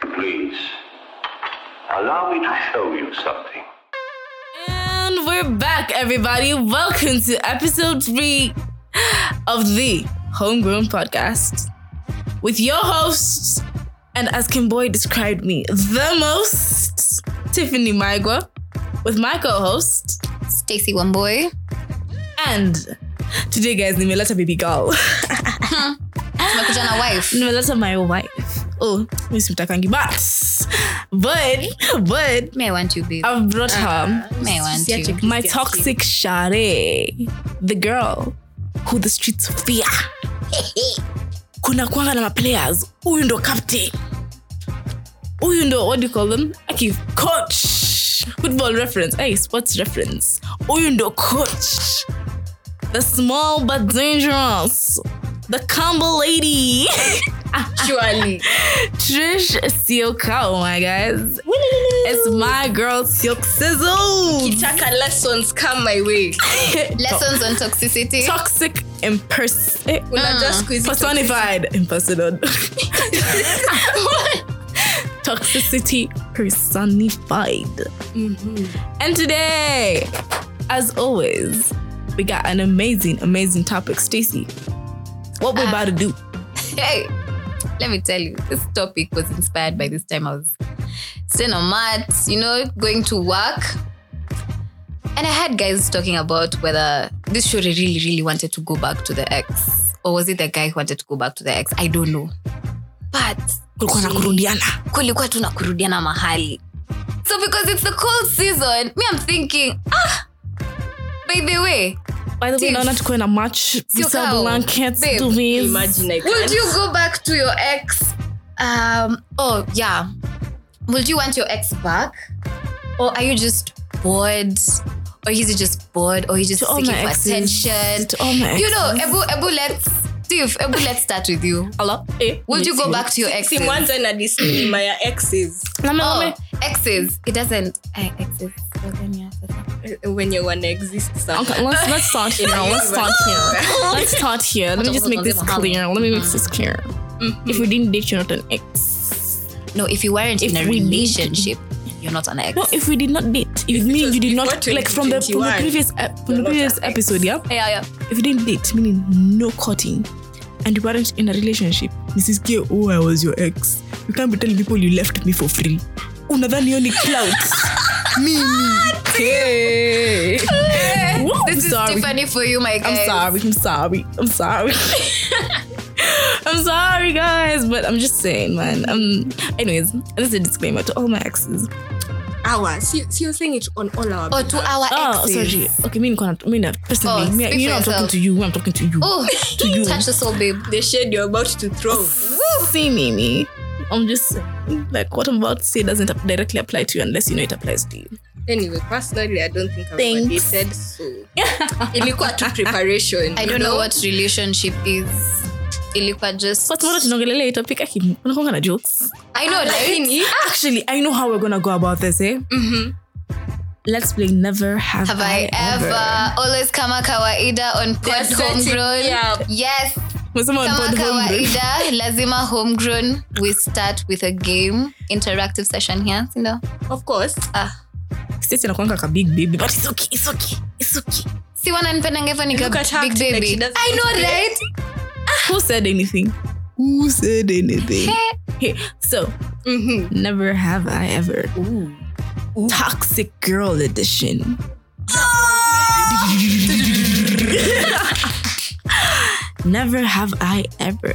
please. Allow me to show you something. And we're back, everybody. Welcome to episode three of the Homegrown Podcast with your hosts, and as Kimboy described me, the most Tiffany Maigua, with my co host, Stacy One Boy. and today, guys, nimeleta baby girl. Tumekuja na wife. nimeleta my wife. Oh, mi simtakangi, but, but, but, May I want you, babe. Oh, I've brought her. May I want you. my toxic share the girl who the streets fear kuna kwanga na maplayers huyu ndo captain huyu ndo what do you call them aki coach football reference hey, sports reference huyu ndo coach the small but dangerous the Campbell lady Surely. Trish Silka oh my guys it's my girl Silk Sizzle Taka lessons come my way. Lessons on toxicity. toxic eh, in person Una Ah. just squeeze it. personified in person toxicity personified Mm-hmm. and today as always we got an amazing amazing topic stacy what Ah. we're about to do hey, let me tell you, this topic was inspired by this time I was staying on mats, you know, going to work. And I had guys talking about whether this show really, really wanted to go back to the ex. Or was it the guy who wanted to go back to the ex? I don't know. But kulikuwa na kurudiana kulikuwa tu na kurudiana mahali so because it's the cold season me i'm thinking ah by the way by the way Tiff. naona tukuwe na match Sio sell kao. blankets Babe, duvets. Imagine I would can't. you go back to your ex um oh yeah would you want your ex back or are you just bored or is it just bored or you just To all seeking my for exes. attention To all Oh my you know exes. ebu ebu let's Steve, ebu let's start with you Hello? Eh, would you go meeting. back to your ex Simuanza na disclaim ya exes Name, oh, name. exes it doesn't eh, exes Wagania, sasa. when you wanna exist some. Okay, let's let's start here. Let's start here. Let's start here. Let me just make this clear. Let me make this clear. If we didn't date, you're not an ex. No, if you weren't If in a we did- relationship, you're not an ex. No, if we did not date, if meaning you did before not like from the, from 2021, the previous ep- from the you're not previous an ex. episode, yeah. yeah, yeah. If you didn't date, meaning no cutting, and you weren't in a relationship, Mrs. K, oh, I was your ex. You can't be telling people you left me for free. Unadhani hiyo ni clout. Mimi. Hey. Woo, This is sorry. Tiffany for you, my guy. I'm sorry. I'm sorry. I'm sorry. I'm sorry, guys, but I'm just saying, man. Um. Anyways, this is a disclaimer to all my exes. Our, see, see, you're saying it on all our. Oh, to our Oh, exes. sorry. Okay, me, not, me, not, personally, Oh, me, speak you know, I'm for talking yourself. to you. I'm talking to you. Oh, To you. touch the soul, babe. The shade you're about to throw. oh. See me, me. I'm just saying, like what I'm about to say doesn't directly apply to you unless you know it applies to you. Anyway, personally, I don't think I've Thanks. dated so. Ilikuwa tu preparation. I you don't know what relationship is. Ilikuwa just. But what tunaongelelea hii topic aki unakuwa na jokes. I know, like, Lakini, Actually, I know how we're gonna go about this, eh? Mm-hmm. Let's play Never Have, have I ever always kama kawaida on pod There's certain- homegrown? yeah. Yes, Umesema on kama pod homegrown. kawaida, lazima homegrown. We start with a game, interactive session here, you know. of course. Ah. Stacy anakuanga ka big baby but it's okay, it's okay, it's okay. si wananipendanga hivyo nika Look at her big acting like baby she doesn't i know know. right Who said anything? Who said anything? hey, so Mm-hmm. never have I ever. Toxic girl edition. never have I ever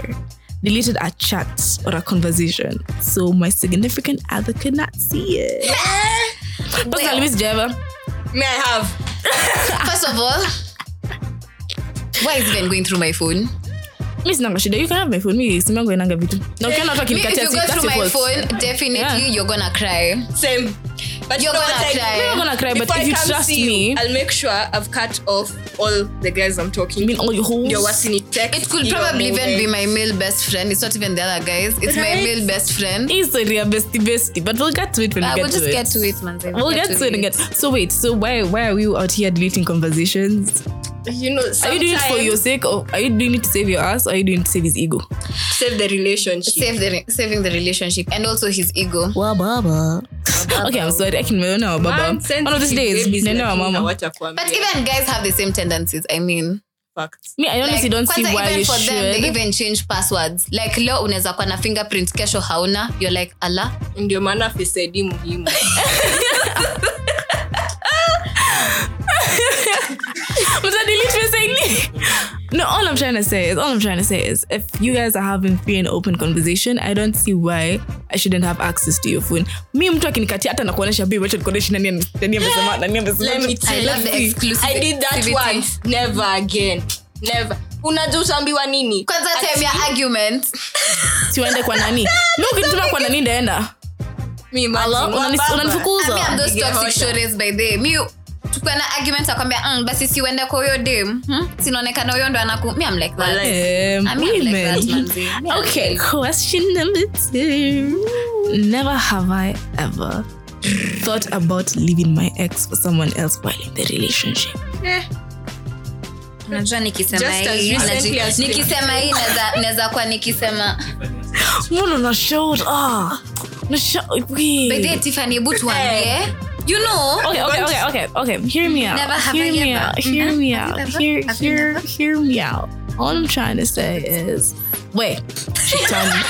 deleted a chat or a conversation so my significant other could not see it. Personally, Miss Jeva, May I have? first of all why is Ben going through my phone Miss Nanga Shida, you can have my phone. Me, Simango Nanga Vitu. No, you cannot talk in Me, if you go That's through your my fault. phone definitely Yeah. you're gonna cry Same. But You're you know gonna what I do? cry. I'm not gonna cry, but Before if you I come trust see you, me, I'll make sure I've cut off all the guys I'm talking I mean to. all your holes. Ndio wasinitext it could hiyo probably even be moment. my male best friend it's not even the other guys it's my Right? male best friend It's a real bestie bestie, but we'll get to it when uh, we get we'll just to get it. to it man We'll get, to it and get. So wait, so why why are we out here deleting conversations? You know, Are you doing it for your sometimes- sake or are you doing it to save your ass or are you doing it to save his ego? save the relationship. Save the re- saving the relationship and also his ego. Okay, I'm sorry. I can na baba. Man, One of these days, babies nene wa lakini mama. hawacha kuambia. But even guys have the same tendencies. I mean, Facts. Me, I honestly like, don't see kwanza why even you for them they should. even change passwords. Like leo unaweza kuwa na fingerprint, kesho hauna. You're like Allah. ndio maana fesedi muhimu But I delete me saying No, all I'm trying to say is all I'm trying to say is if you guys are having free and open conversation, I don't see why I shouldn't have access to your phone. Me mtu akinikatia hata nakuonesha babe wacha nikuoneshe nani ame- nani amesema nani amesema. Let me tell I love the you. exclusivity. I did that once. Never again. Never. unajua utaambiwa nini Kwanza time ya argument. Si waende kwa nani? No, ukinituma kwa nani ndaenda? Mi imagine, Ala, unani- wababa. unanifukuza. Ami, I'm those Nige toxic hoja. shores by the mi tukiwa na argument akwambia mm, basi siuende kwa huyo dem hmm? sinaonekana huyo ndo anaku mi am like that. Wallahi. Um, I mean, like women. that, manzi. Yeah, okay, like- question number two. Never have I ever thought about leaving my ex for someone else while in the relationship. Unajua nikisema Just as hii, recently naji- as- nikisema hii naweza- naweza kuwa nikisema Mono na showed ah, na show. by the way, Wait. Tiffany, hebu tuambie you know Okay, okay, okay, okay, okay. Hear me out. Never have hear I me ever. out. Hear me Mhm. Have out. you Hear, ever? Have you hear, never? hear me out. All I'm trying to say is, wait. she told me.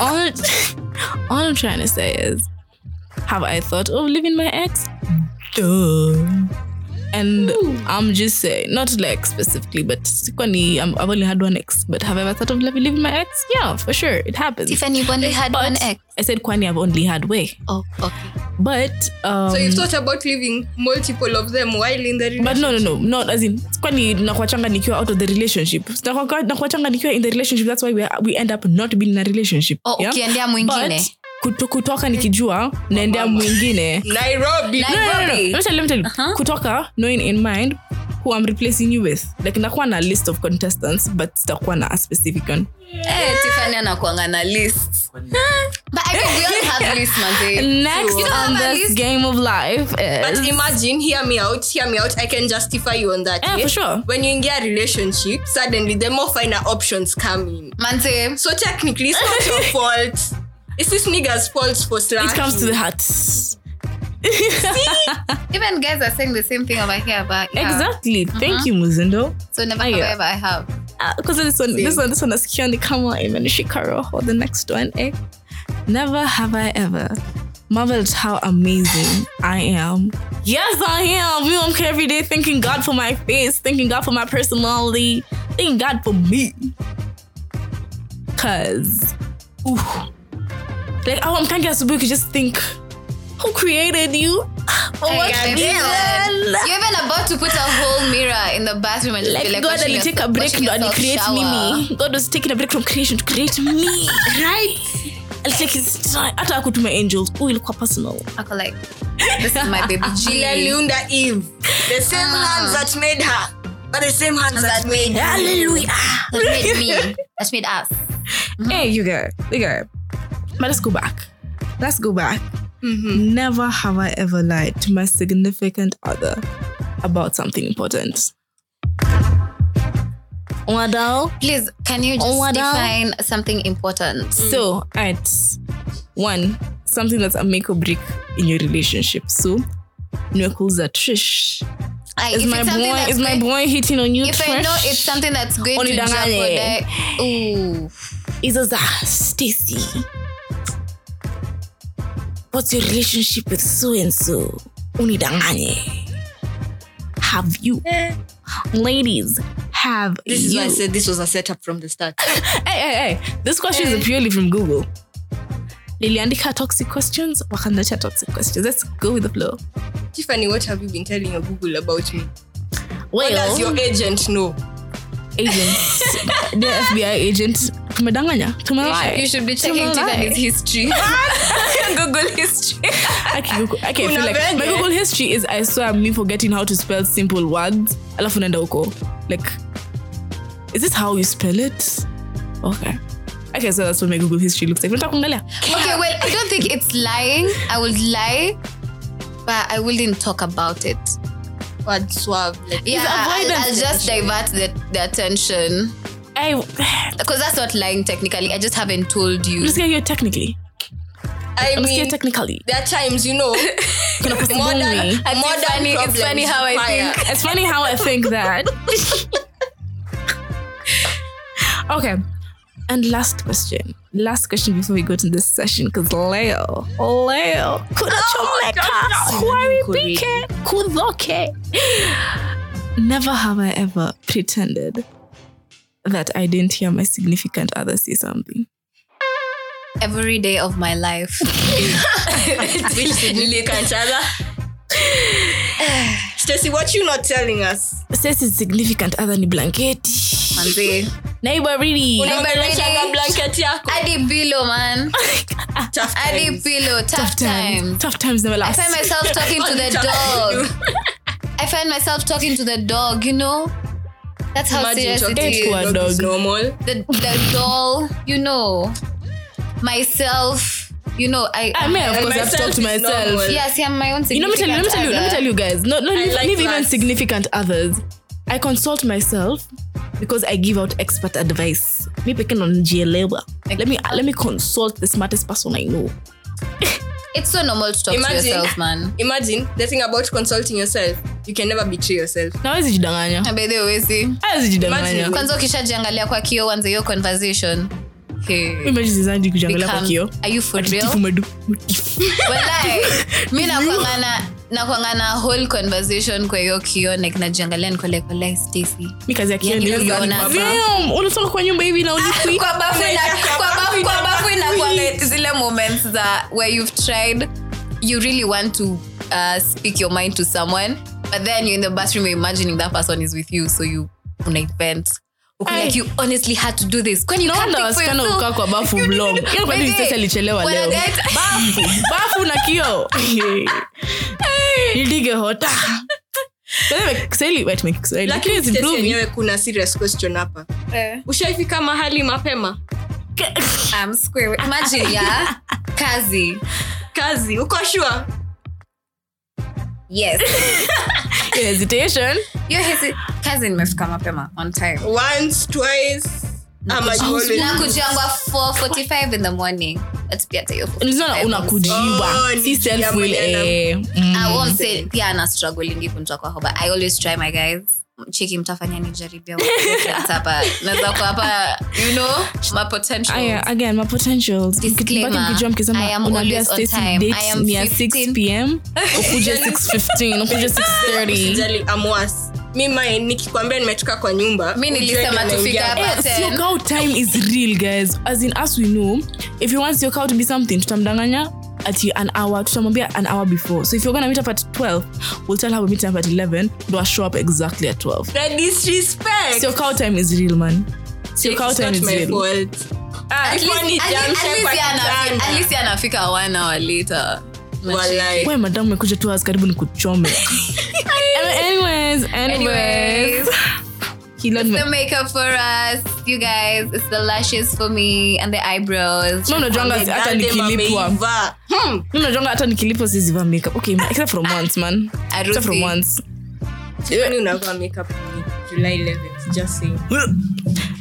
all, all I'm trying to say is, have I thought of leaving my ex? Duh. And I'm just saying, not like specifically, but Sikwani, I'm, I've only had one ex. But have I ever thought of leaving leaving my ex? Yeah, for sure, it happens. Tiffany, you've only had But one ex. I said Kwani, I've only had way. Oh, okay. But um, So you've thought about leaving multiple of them while in the but relationship? no no no not as in kwani nakuachanga nikiwa out of the relationship Nakuwa- nakuachanga nikiwa in the relationship that's why we, are- we end up not being in a relationship Oh, ukiendea mwingine. But, kuto, kutoka nikijua naendea mwingine Nairobi. Na- No, no, no, no. Nairobi. Let me tell you, let me tell you. Uh-huh. kutoka knowing in mind who i'm replacing you with like nakuwa na list of contestants but sitakuwa na a specific one Eh, Tiffany anakuanga na list. But I think we all have lists, manze. next You don't on have a this list? game of life But is imagine, hear me out, hear me out. I can justify you on that. Yeah, eh? for sure. When you get a relationship, suddenly the more finer options come in. Manze, So technically, it's not your fault. It's this nigga's fault for slacking. it comes to the heart even guys are saying the same thing over here, but yeah. Uh-huh. exactly thank you muzindo So never Ah, yeah. have ever I have. because this one, this one, this one is Kion Kama Iman Shikaro or the next one, eh? Never have I ever marveled how amazing I am. Yes, I am. We don't care every day thanking God for my face, thanking God for my personality, thanking God for me. Cause, ooh, like oh, I'm thanking Asubu. You could just think, who created you? For Hey, what guys, reason? listen. You're even about to put a whole mirror in the bathroom and just Like, be like, God, watching and take a yourself- break watching and yourself create shower. me. God was taking a break from creation to create me. right? I'll take his time. Hata akutuma angels. Ooh, ilikuwa personal. Ako like, this is my baby G. Liunda Eve. The same Ah. hands that made her are the same hands that, made you. Hallelujah. That made me. That made us. Hey, you guys. You guys. But let's go back. Let's go back. Never have I ever lied to my significant other about something important. Wadao. Please, can you just Oh, what now? define something important? So, at one, something that's a make or break in your relationship. So, Nwekuza Trish. Aye, Is if my it's something boy that's is my going- boy hitting on you? If I know it's something that's going to Onidanganye. jeopardize, ooh, is a Stacy. What's your relationship with so and so? Unidanganye. Have you, ladies? Have This is you? why I said this was a setup from the start. hey, hey, hey. This question is purely from Google. Liliandika toxic questions. Wakandacha toxic questions. Let's go with the flow. Tiffany, what have you been telling your Google about me? What does Well, your agent know? agent, the FBI agent. Tumedanganya. you, should, you Tumelai. should be checking Tumelai. Tiffany's history. Google history. I can Google, I can feel like Unavenge. my Google history is I swear me forgetting how to spell simple words. Alafu naenda huko. Like, is this how you spell it? Okay. Okay, so that's what my Google history looks like. Unataka kuangalia? Okay, well, I don't think it's lying. I would lie, but I wouldn't talk about it. word swerve. Like, Yeah, I'll, avoidance I'll just divert the, the attention I, because that's not lying technically. I just haven't told you. msikia hiyo technically I msikia mean, technically there are times, you know, kuna modern, kufungi It's modern funny- it's problems funny how I uh, require- think. It's funny how I think that. okay. And last question. Last question before we go to this session, because Leo, Leo, Oh, kunachomeka, kuharibike, kudhoke. Never have I ever pretended that I didn't hear my significant other say something. Every day of my life. Which significant other? Stacy, what you not telling us? Says his significant other ni blanketi. Manze. Neighbor really. Unaongeleshaga ready? blanket yako? Adi pillow, man. Tough Adi times. pillow. Tough, Tough times. times. Tough times never I last. find myself talking to the Tough times. dog. I find myself talking to the dog, you know? That's how Imagine serious it talking Hey, is. to poor a dog is dog. normal. the, the doll, you know, myself, you know, I, I mean, Ah, of And course, I've myself talked to is myself. normal. yes, I'm my own You know, let me tell you, let me tell you, let me tell you guys. No, no, leave, like leave even maths. significant others. I consult myself because I give out expert advice. Me picking on GLA. Let me let me consult the smartest person I know. It's so normal to talk Imagine. to yourself, man. Imagine the thing about consulting yourself. You can never betray yourself. Na hawezi jidanganya. Abedhe uwezi. Hawezi Imagine. jidanganya. Kwanza ukishajiangalia kwa kio uanze hiyo conversation. Hey. Imagine zizanji kujiangalia kwa Become- kioo. Are you for Ati real? tifu madu. Tifu. Walai, mi nakwanga na- nakwanga na whole conversation kwa hiyo kio like najiangalia niko like walai Stacy. Mi kazi ya kioo Yani ni hiyo hivi. unaona hapa. Vyom, unatoka kwa nyumba hivi na ulipwi. Ah, kwa bafu ina- kwa bafu- kwa bafu Please. inakwanga zile moments za where you've tried you really want to uh, speak your mind to someone but then you're in the bathroom you're imagining that person is with you so you una event Aye. like you honestly had to do this kwani you No can't wonder think for wasichana yourself? hukaa kwa bafu You vlog. didn't- Yaani kwa nini Baby, sisi alichelewa when I leo? get- bafu bafu na kio nidige hota kiswahili wait, my Kiswahili. lakini It's sisi improving. wenyewe kuna serious question hapa Eh. ushaifika mahali mapema I'm square imagine yeah kazi kazi uko shua yes Your hesitation. Yo, hizi- kazi nimefika mapema on time once twice ama you always- na kujangwa 4:45 in the morning Let's be at the Unaona 4:45. unakujiwa. Oh, Si nijiamini self will, eh, mm. I won't say pia ana strugglingi kumtoa kwako but i always try my guys chiki mtafanya nijaribia hapa naweza kuwapa you know my potential Aya, again my potentials Disclaimer, Mkibaki mkijua mkisema, I am unaambia always on Stacy time. date I am ni ya 15. 6 pm ukuje 615 ukuje 630 Jali, I'm worse. mi mine, nikikwambia nimetoka kwa nyumba Mi nilisema ujue ndio tufike naingia. hapa. Eh, Ten. sio cow time is real guys as in us we know if you want your cow to be something tutamdanganya at an hour tutamwambia an hour before so if you're gonna meet up at 12 we'll tell her we're meeting up at 11 do I show up exactly at 12 The disrespect. so cow time is real man so cow It's time not is my real fault. Ah, Ah, At least- Ilikuwa ni at least- jamshe at least kwa yeye anafi- kitanda. at least yeye anafika one hour later Walai. we madam umekuja tu hours karibu ni kuchome anyways anyways Anyways, he loved me the makeup for us, you guys. It's the lashes for me and the eyebrows. Mimi unajuanga hata Dadem nikilipwa ameivaa. Hmm. Mimi unajuanga hata nikilipwa siziva makeup okay except from once man except from Arusi. once Kwani unavaa makeup ni July 11th? Just saying.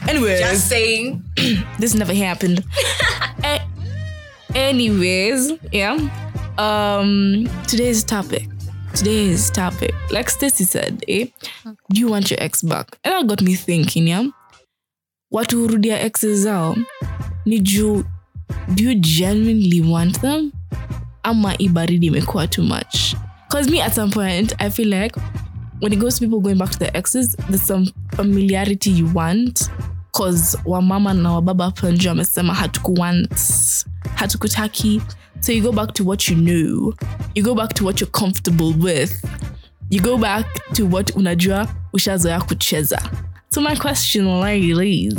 anyways Just saying. this never happened. A- anyways, yeah. Um, today's topic. Today's topic, like Stacy said, eh? Do you want your ex back? And that got me thinking, yeah. What hurudia exes out? Need you? Do you genuinely want them? Ama ibaridi imekuwa too much? Cause me at some point I feel like when it goes to people going back to their exes, there's some familiarity you want cause wamama na wababa hapa nje wamesema hatukuwant hatukutaki so you go back to what you know you go back to what you're comfortable with you go back to what unajua ushazoea kucheza so my question ladies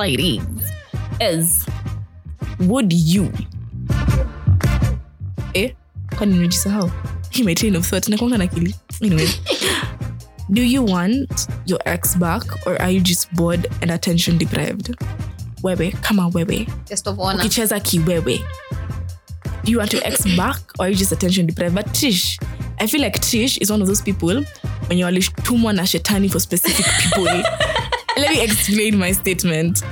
ladies is would you eh kwani nimejisahau hii my train of thought nakwanga na akili anyway do you want your ex back or are you just bored and attention deprived wewe kama wewe Just of honor. ukicheza kiwewe do you want your ex back or are you just attention deprived but trish i feel like trish is one of those people wenye walitumwa na shetani for specific people let me explain my statement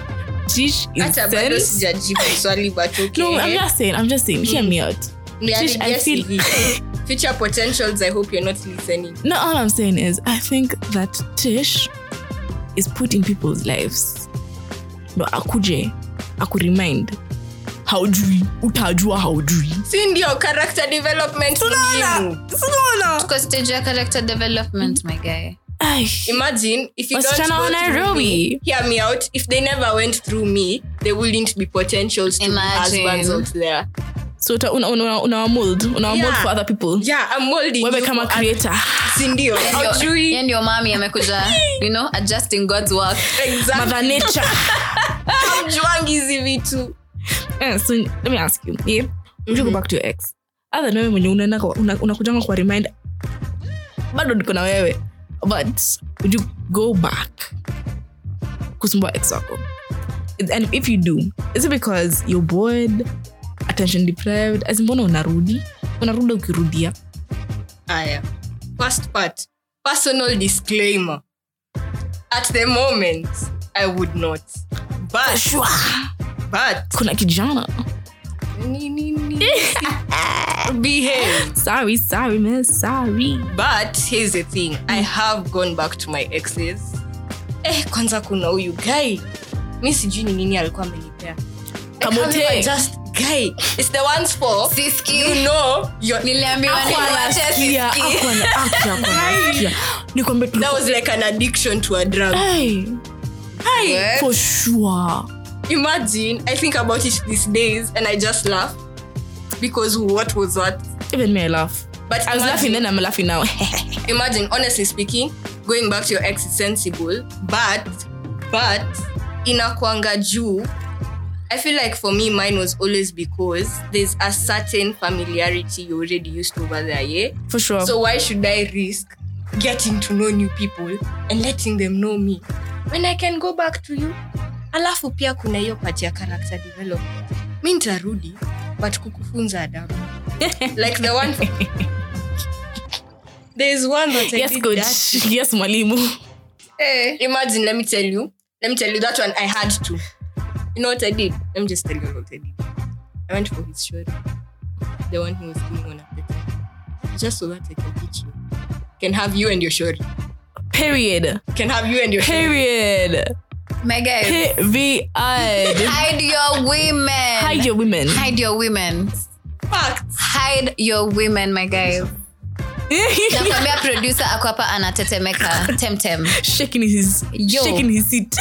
Tish is hata bado sent- sijajibu swali but okay. no i'm just saying i'm just saying hear me out We are Tish, I regressing. feel- future potentials i hope you're not listening No, all I'm saying is I think that Tish is put in people's lives. No, akuje, akuremind. Haujui, utajua haujui. si ndio character development muhimu. Unaona? tuko stage ya character development my guy Ai, imagine if you don't Wasichana go wa through Nairobi. me, hear me out if they never went through me they wouldn't be potentials to be Imagine. husbands out there So uta- una, una, una mold, una mold Yeah. for other people. yeah i'm molding Wewe you kama oh. for- creator. si ndio Yaani Ye aujui ndio mami amekuja you know adjusting god's work exactly Mother nature. Hamjuangi hizi vitu Eh, so let me ask you. Yeah. Mm-hmm. Go back to your ex. Other than wewe mwenye unaenda kwa- una- unakujanga kwa remind bado niko na wewe but would you go back kusumbua ex wako Is- and if you do is it because you're bored attention deprived as in mbona unarudi unarudi ukirudia aya first part personal disclaimer at the moment i would not but Shwa! but kuna kijana ni, ni, ni. behave sorry sorry man sorry but here's the thing i Mm. have gone back to my exes eh kwanza kuna huyu guy mi sijui ni nini alikuwa amenipea I can't Kamote. remember just guy it's the ones for you siski know your niliambiwa niwache Sikia, siski hakuwa na- hakuwa na- sikia. Nikwambie tu- that was like an addiction to a drug Hey, Hey, for sure imagine i think about it these days and i just laugh because what was that even me i laugh but i was laughing then i'm laughing now imagine honestly speaking going back to your ex is sensible but but inakwanga juu i feel like for me mine was always because there's a certain familiarity you already used to over there yeah for sure so why should i risk getting to know new people and letting them know me when i can go back to you alafu pia kuna hiyo part ya character development mi ntarudi but kukufunza adabu like the one there is one that I yes did coach that. yes mwalimu Eh, imagine let me tell you let me tell you that one i had to you know what i did let me just tell you what i did i went for his show the one who was going on at the time just so that i can teach you can have you and your shorty period can have you and your shorty period my guy period hide your women hide your women hide your women Facts. hide your women my guy nakwambia producer ako hapa anatetemeka temtem shaking his Yo. shaking his seat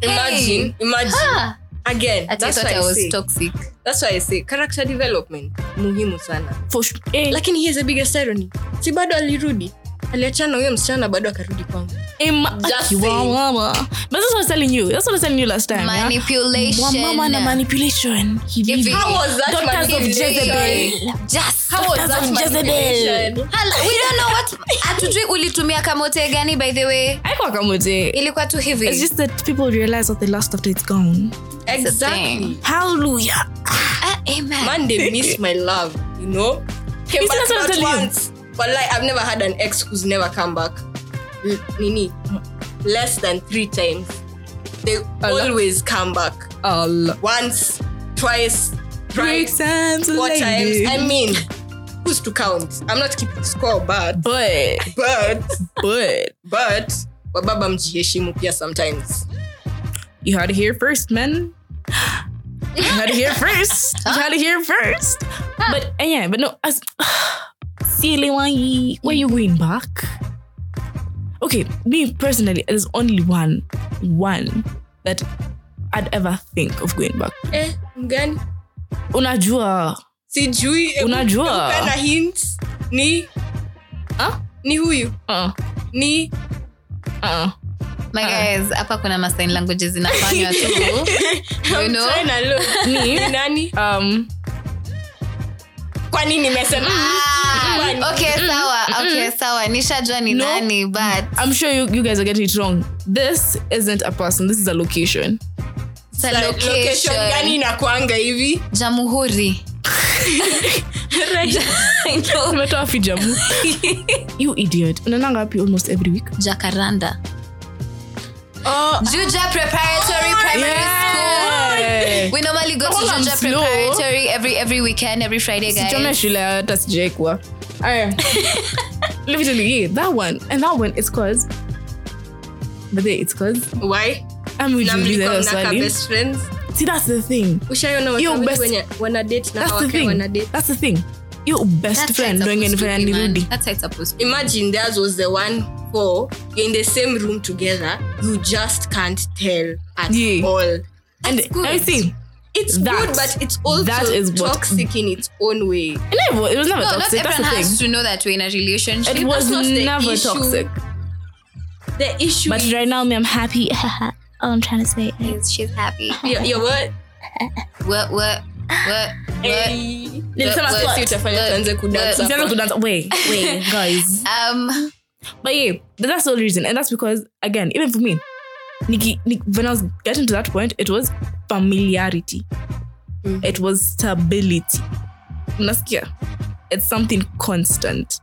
imagine imagine Ah, again ati I that's thought why I I, was say, toxic that's why i say character development muhimu sana for sure eh, lakini here's the biggest irony si bado alirudi aliachana huyo msichana bado akarudi kwangu eh, ma- Just Wow, saying. mama. but that's what I was telling you that's what I was telling you last time yeah? Wa mama na manipulation manipulation he Give really- it- How was that daughters of manipulation? Jezebel just How was that daughters of Jezebel manipulation? Hala, we don't know what hatujui ulitumia kamote gani by the way haikuwa kama uje. ilikuwa tu It's hivi just that people realize what they lost after it's gone. the exactly thing. Hallelujah. Ah, amen. man they miss my love you know came Isn't back that what I'm not telling you? once but like i've never had an ex who's never come back L- nini less than three times they always come back once twice Three thrice times four times lady. i mean who's to count i'm not keeping score but but but but but wababa mjiheshimu pia sometimes you had to hear first, man. You had to hear first. You had to hear first. But uh, yeah, but no, as silly one, ye- where you going back? Okay, me personally, there's only one, one that I'd ever think of going back. eh mgani Unajua, sijui hebu- Unajua. hebu pena hint ni Ah? ni huyu uh, ni uh, My guys, hapa kuna masign languages zinafanywa tu you know Try na look. me, Ni nani um, kwani nimesema Kwani? Ah, okay sawa okay sawa nishajua ni No. nani but I'm sure you, you guys are getting it wrong. This isn't a person. This is a location. the Like, location location gani inakwanga hivi jamhuri I know. umetoa fijamu you idiot unaendanga wapi almost every week jacaranda Oh, juja preparatory primary Oh, Yeah. Eh. eh. school we normally go to Hold on, juja slow. preparatory every every weekend every friday sichome guys shule hata sijaikuwa aya. let me tell you yeah, that one and that one it's cause but then it's cause Why? Na amujiuliza mlikuwa hiyo mnaka swali best friends? see that's the thing Ushaiona watu Yo, wawili best- wenye wana date na that's the hawake thing wana date? that's the thing hiyo best That's how friend it's ndo ingenifanya supposed to be, man. nirudi That's how it's supposed to be. Imagine theirs was the one for you're in the same room together. You just can't tell at Yeah. all. and good. I think It's That- good, but it's also that is what- toxic in its own way. it never it was never No, not toxic that's everyone the thing has to know that we're in a relationship. it was not the never issue. toxic The issue but is right now me I'm happy all I'm trying to say She's- She's happy. your, your word. What? What? What? What? Eh, Nilisema But- slut. si utafanya but- tuanze kudance but- hapo. Sianze kudance- wait wait guys Um. But yeah, but that's the only reason. And that's because, again, even for me, Nikki, Nick, when I was getting to that point, it was familiarity, Mm-hmm. it was stability. Unasikia? It's something constant.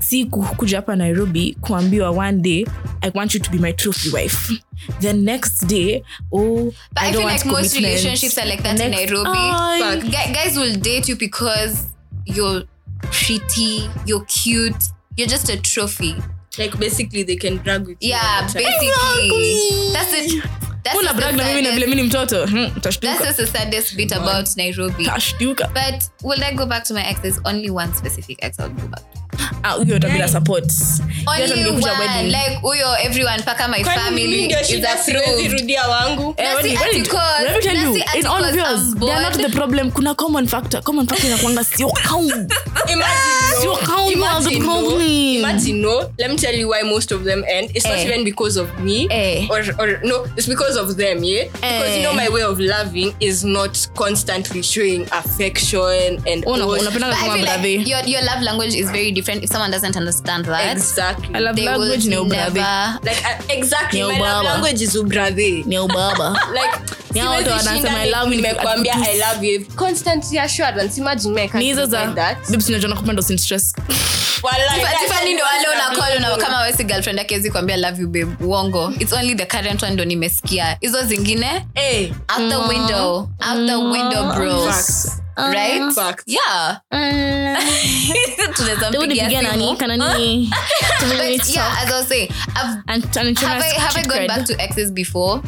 Si ku- kuja hapa Nairobi kuambiwa one day I want you to be my trophy wife. The next day, oh, But don't I, feel want like commitment. most relationships are like that in Next- Nairobi. Ay. Gu- guys will date you because you're pretty, you're cute, you're just a trophy. Like basically they can drag with you all Yeah, the time. basically. That's it. That's Huna just brag na mimi na the vile saddest, mimi ni mtoto. Hmm, that's utashtuka. just the saddest bit about Nairobi. Utashtuka. But will I go back to my ex? There's only one specific ex I'll go back. to. Ah, huyo atabila support. Yeye Only atanikuja one. wedding. Like uyo, everyone, paka my Kwani mimi family ndio is shida siwezi approved. rudia wangu. Eh, Nasi when you- when you- articles, let me tell you, nasi in all of articles, yours, I'm they are not bored. the problem. Kuna common factor. Common factor inakuanga sio count. Imagine Sio count na the Imagine, no. problem. Imagine no. Let me tell you why most of them end. It's not Eh. even because of me Eh. or or no. It's because of them, yeah. Because you know Eh. my way of loving is not constantly showing affection and Una- all- unapenda But kama I feel like brother. your, your love language is very different if someone doesn't understand that. exactly. I love They will language ni ubrother. never. like I, exactly. Ni my love ubaba. language is ubrothe. Ni ubaba. Like Ni hao watu siwezi wanasema, shinda I love you, nimekwambia at I least. love you. Constant assurance. Imagine me I can't Ni hizo do za like that. babes unajua nakupenda usin stress. Wallahi, Tifa- that's Tiffany ndo wale una call una- Mm. kama wesi girlfriend yake hawezi kuambia love you babe uongo its only the current one ndo nimesikia hizo zingine Eh, out Mm. the window out the window bros facts. right Facts. yeah tunaweza mpigia Tulipigia nani? simu Kana nini? Tumepigia but yeah talk. as i was saying i've And- and insurance have I, have I cheat gone card. back to exes before?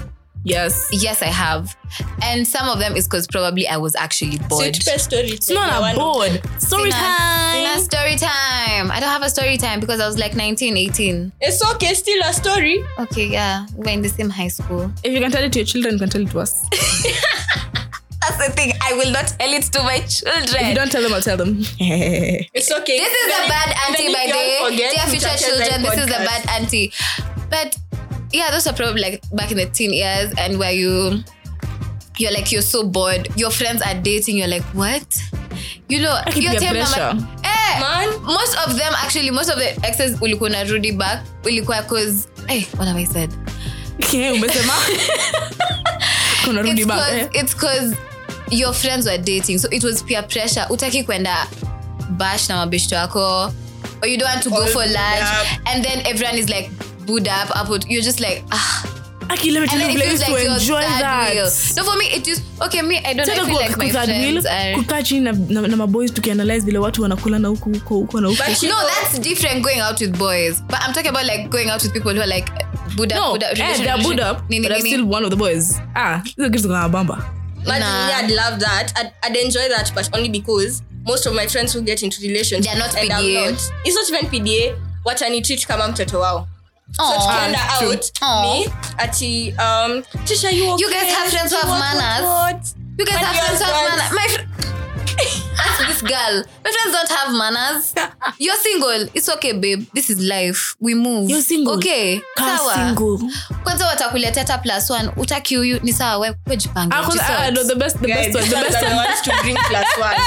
Yes. Yes, I have. And some of them is because probably I was actually bored. Sweet story. It's not a board. Story Sina- sina time. story time. I don't have a story time because I was like 19, 18. It's okay, still a story. Okay, yeah. We were in the same high school. If you can tell it to your children, you can tell it to us. That's the thing. I will not tell it to my If you children. don't tell them, I'll tell them. It's okay. This is a bad auntie, by the way. Dear future children, this is a bad auntie. But yeah, those are probably like back in the teen years and where you you're like you're so bored. Your friends are dating, you're like, what? You know, keep your your time na ma- pressure. Eh, Man. most of them actually, most of the exes ulikuwa na rudi back ulikuwa cause eh, what have I said? umesema kuna rudi It's back, cause, eh? it's cause your friends were dating, so it was peer pressure. Utaki kwenda bash na mabeshto wako, or you don't want to go Or for lunch, yeah. and then everyone is like booed up, up. You're just like ah. Aki, let me tell And you, then it vile used feels like to your enjoy third that. wheel. No, for me it is okay. Me, I don't. know, I Tata feel ku- like my ku- third friends eh. wheel, are. kukaa chini na, na, na maboys tukianalyze vile watu wanakula na huku huko huko na huku But you No, know, that's different going out with boys. But I'm talking about like going out with people who are like Buddha, No, Buddha, eh, they are booed up, Nini, but I'm nini. still one of the boys. Ah, hizo kitu kama bamba. Imagine Nah. me, I'd love that. I'd, I'd enjoy that, but only because most of my friends who get into relationships They're not and I'm PDA. not. It's not even PDA. What I need to treat kama mtoto wao. So Aw. tukienda true. out, Aw. me, ati, um, Tisha, you okay? You guys have friends who have What, what, manners. what? You guys But have your friends who have manners. friends- My fr- Ask this girl. My friends don't have manners. You're single. It's okay, babe. This is life. We move. You're single. Okay. Kaa Sawa. single. Kwanza watakuletea hata plus one. Utaki huyu ni sawa we we jipange. Ah, kwanza, ah, no, Jisort. the best- the Guys, best one, the these best are the one. ones to bring plus ones.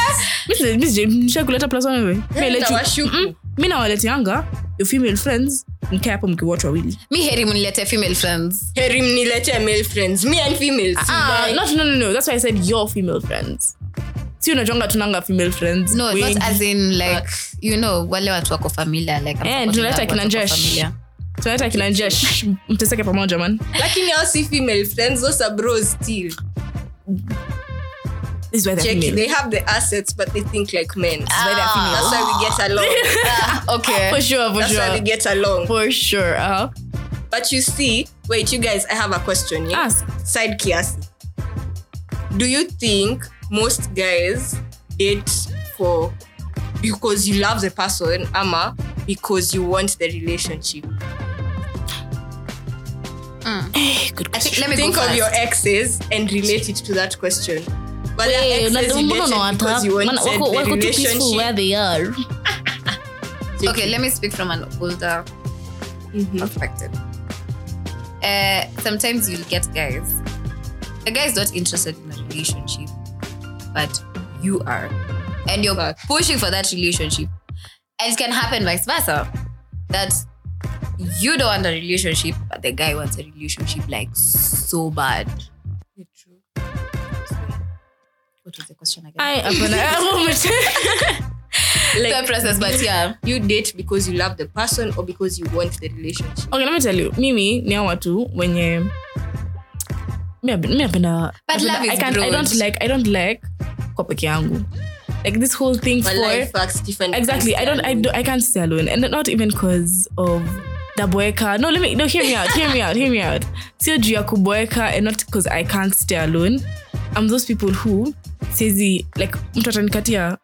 Miss- Miss Jane, nishakuleta plus one wewe. Mi let you- Nawashuku. Mm-mm. mi nawaletianga your female friends mkae hapo mkiwatch wawili Mi heri mnilete female friends. heri Ah, mniletee male friends me and females Ah, not- no, no, no, that's why I said your female friends. si unajuanga tunanga female friends no wengi. not as in like you know wale watu wako familia like I'm Eh, supporting tunaleta watu kina wako Jesh. familia. tunaleta kina jesh mteseke pamoja man lakini hao si female friends those are bros still This is why they're check female. they have the assets but they think like men Ah. that's why we get along Ah, okay for sure for that's why we sure get along for sure uh-huh. but you see wait you guys i have a question yeah? ask side kiasi do you think most guys date for because you love the person ama because you want the relationship Eh, good I think, question. let me think go of first. your exes and relate it to that question Wale Hey, exes una- you mbona dated because unawataka? you Maana wanted wako- the wako too peaceful relationship. where they are. okay let me speak from an older Mm-hmm. Mhm. perspective uh sometimes you'll get guys a guy's not interested in a relationship but you are and you're Facts. pushing for that relationship and it can happen vice versa that you don't want a relationship but the guy wants a relationship like so bad what was the question again I- hapana. Ah, moment. Like, Thought process but yeah you date because you love the person or because you want the relationship okay let me tell you mimi ni hao watu wenye mi nap- mi napenda But napenda- love is I can't- I broad. don't like i don't like kwa peke yangu like this whole thing My for life facts different exactly i don't i don't i can't stay alone and not even cause of daboeka no let me no hear me out hear me out hear me out sio juu ya kuboeka and not cause i can't stay alone i'm those people who sezi like mtu atanikatia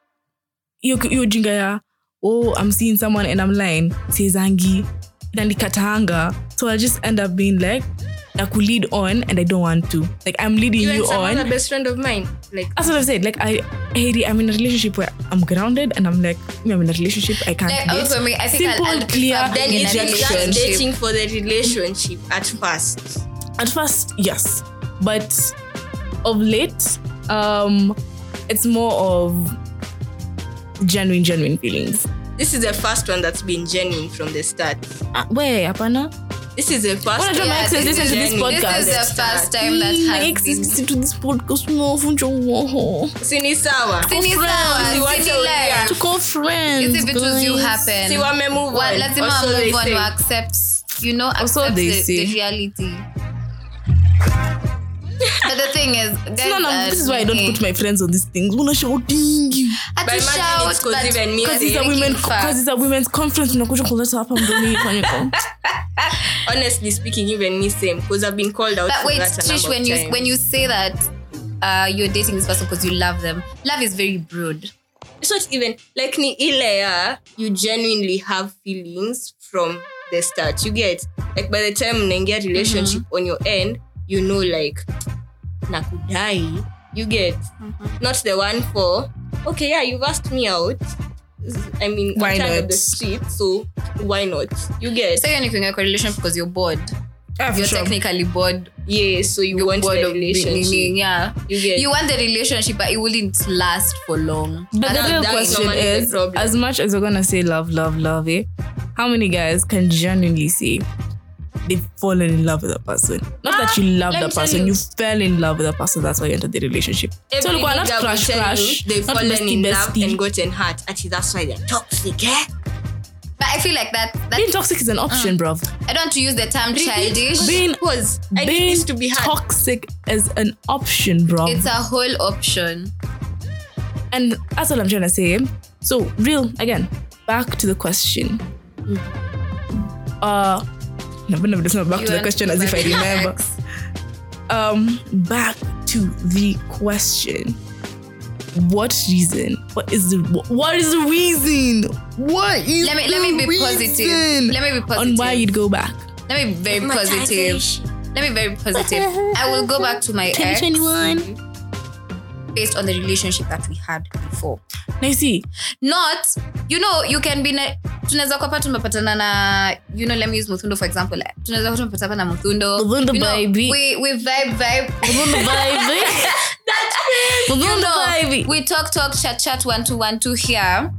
hiyo hiyo jinga ya oh i'm seeing someone and i'm lying sezangi inanikataanga so i just end up being like na kulead on and i don't want to like i'm leading you you, and some on other best friend of mine like that's what I've said. Like I, Haiti, I'm in a relationship where I'm grounded and I'm like, I'm in a relationship. I can't like date. oh, for me I think Simple, I'll, I'll clear, prefer being in a rejection. just relationship. dating for the relationship at first At first, yes, but of late, um, it's more of genuine, genuine feelings. this is the first one that's been genuine from the start Uh, where, Apana? this is the first One of your one my Yeah, exes this listen is to this genuine. podcast. This is the first time that Mm, my has ex been- listen to this podcast. No, funjo woho. sini sawa Sini sawa, Si wacha sini ulia. lie. To call friends. Hizi vitu zi guys. happen. si wame move Wa- on lazima Also wa they move on, say, wa accept you know Also accept they the, say. the reality but the thing is guys No, no, are this is why I don't thinking- put my friends on these things. Una shouting. Hatu But imagine shout, it's 'cause but even me- because it's a making women facts. because it's a women's conference unakuja kuleta hapa mdomini ifanye kwa- honestly speaking even me same because i've been called out but for wait that a Trish number when of you times. when you say that uh, you're dating this person because you love them love is very broad it's not even like ni ile ya you genuinely have feelings from the start you get like by the time mnaingia relationship Mm-hmm. on your end you know like nakudai you get Mm-hmm. not the one for okay yeah you've asked me out i mean Why I'm tired not? of the street so why not you get so you're not in a relationship because you're bored Ah, for you're sure. technically bored yeah so you you're want bored the of being- relationship yeah you get you want the relationship but it wouldn't last for long But the And real that's question normally the is, problem. as much as we're gonna say love, love, love, eh, how many guys can genuinely say they've fallen in love with a person? Not that you love Ah, let the me tell person, you. you. fell in love with a person. That's why you entered the relationship. so Every look, we're not nigga will crush, tell you crush, they've not fallen bestie, in love bestie. and gotten hurt Ati, that's why they're toxic eh? But I feel like that. that Being toxic is an option, Ah. bruv. I don't want to use the term childish. Being was I need being this to be hard. toxic is an option, bruv. It's a whole option. and that's all I'm trying to say. So, real again, back to the question. Uh, no, but no, it's not back You to the want question to as if I back- remember. Um, back to the question. What reason? What is the wh- what is the reason? What is Let me let me the be positive. reason Let me be positive. on why you'd go back? let me be Oh very positive. Let me be very positive. I will go back to my ex 2021. based on the relationship that we had before. Now you see, Not, you know, you can be na tunaweza kuwa hapa tumepatana na you know let me use Muthundo for example. Tunaweza kuwa tumepatana na Muthundo. Muthundo you know, baby. We we vibe vibe. Mvundo baby. you Mvundo know, baby. we talk, talk, chat, chat, one, two, one, two here.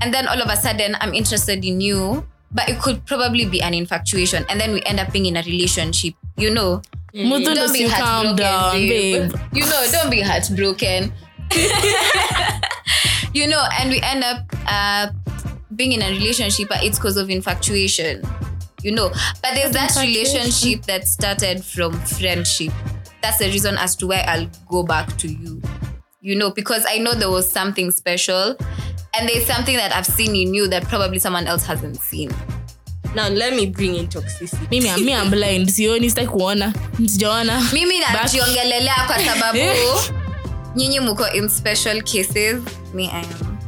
And then all of a sudden, I'm interested in you. But it could probably be an infatuation. And then we end up being in a relationship. You know, Muthundo, Mm. don't be you calm heartbroken, down, babe. babe. You know, don't be heartbroken. you know, and we end up uh, being in a relationship, but it's because of infatuation, you know. But there's that relationship that started from friendship. That's the reason as to why I'll go back to you, you know, because I know there was something special, and there's something that I've seen in you that probably someone else hasn't seen. now let me bring in toxicity mimi am- mi am blind sioni sitaki kuona sijaona mimi Back- najiongelelea kwa sababu nyinyi muko in special cases me I am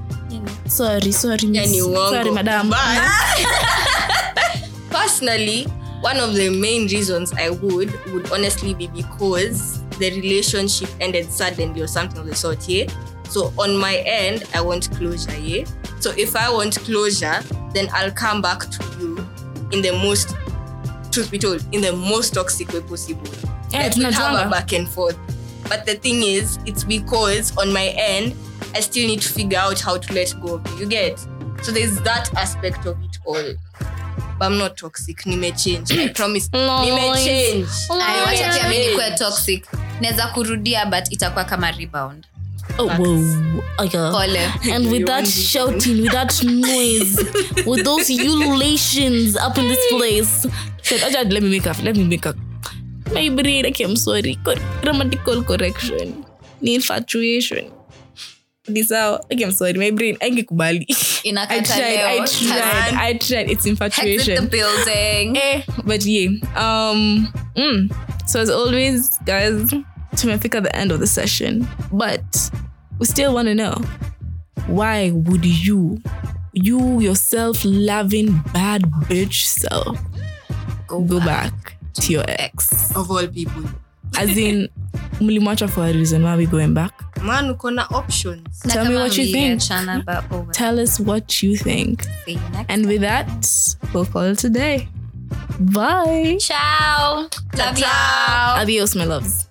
sorry sorry miss. Yani Yaani uongo. sorry madam But- personally one of the main reasons i would would honestly be because the relationship ended suddenly or something of the sort yeah so on my end i want closure yeah so if i want closure then i'll come back to you in the most truth be told in the most toxic way possible Eh, Like, we have a tunajuanga. back and forth but the thing is it's because on my end i still need to figure out how to let go of you, you get so there's that aspect of it all but i'm not toxic nimechange i promise Nice. Aye, nimechange wacha Nimechange. kiamini kuwe toxic naweza kurudia but itakuwa kama rebound Oh, whoa. Okay. pole And with that shouting, with that noise, with those ululations up in this place. Said, "Ajad, let me make up. Let me make up. My brain, okay, I'm sorry. Cor- grammatical correction. Ni infatuation. Ni sawa. Okay, I'm sorry. My brain, haingekubali. I Inakata tried, I leo. tried, I tried. It's exit the infatuation. building Eh, but yeah. Um, mm. So as always, guys, tumefika the end of the session, but we still want to know why would you, you yourself loving bad bitch self, go, back, to your ex? of all people As in, mlimwacha for a reason. Why are we going back? man ukona options Na Tell me kama what you think. mliachana, but oh well, Tell us what you think. see you next And with that, we'll call it a day. Bye. ciao love you Adios, my loves.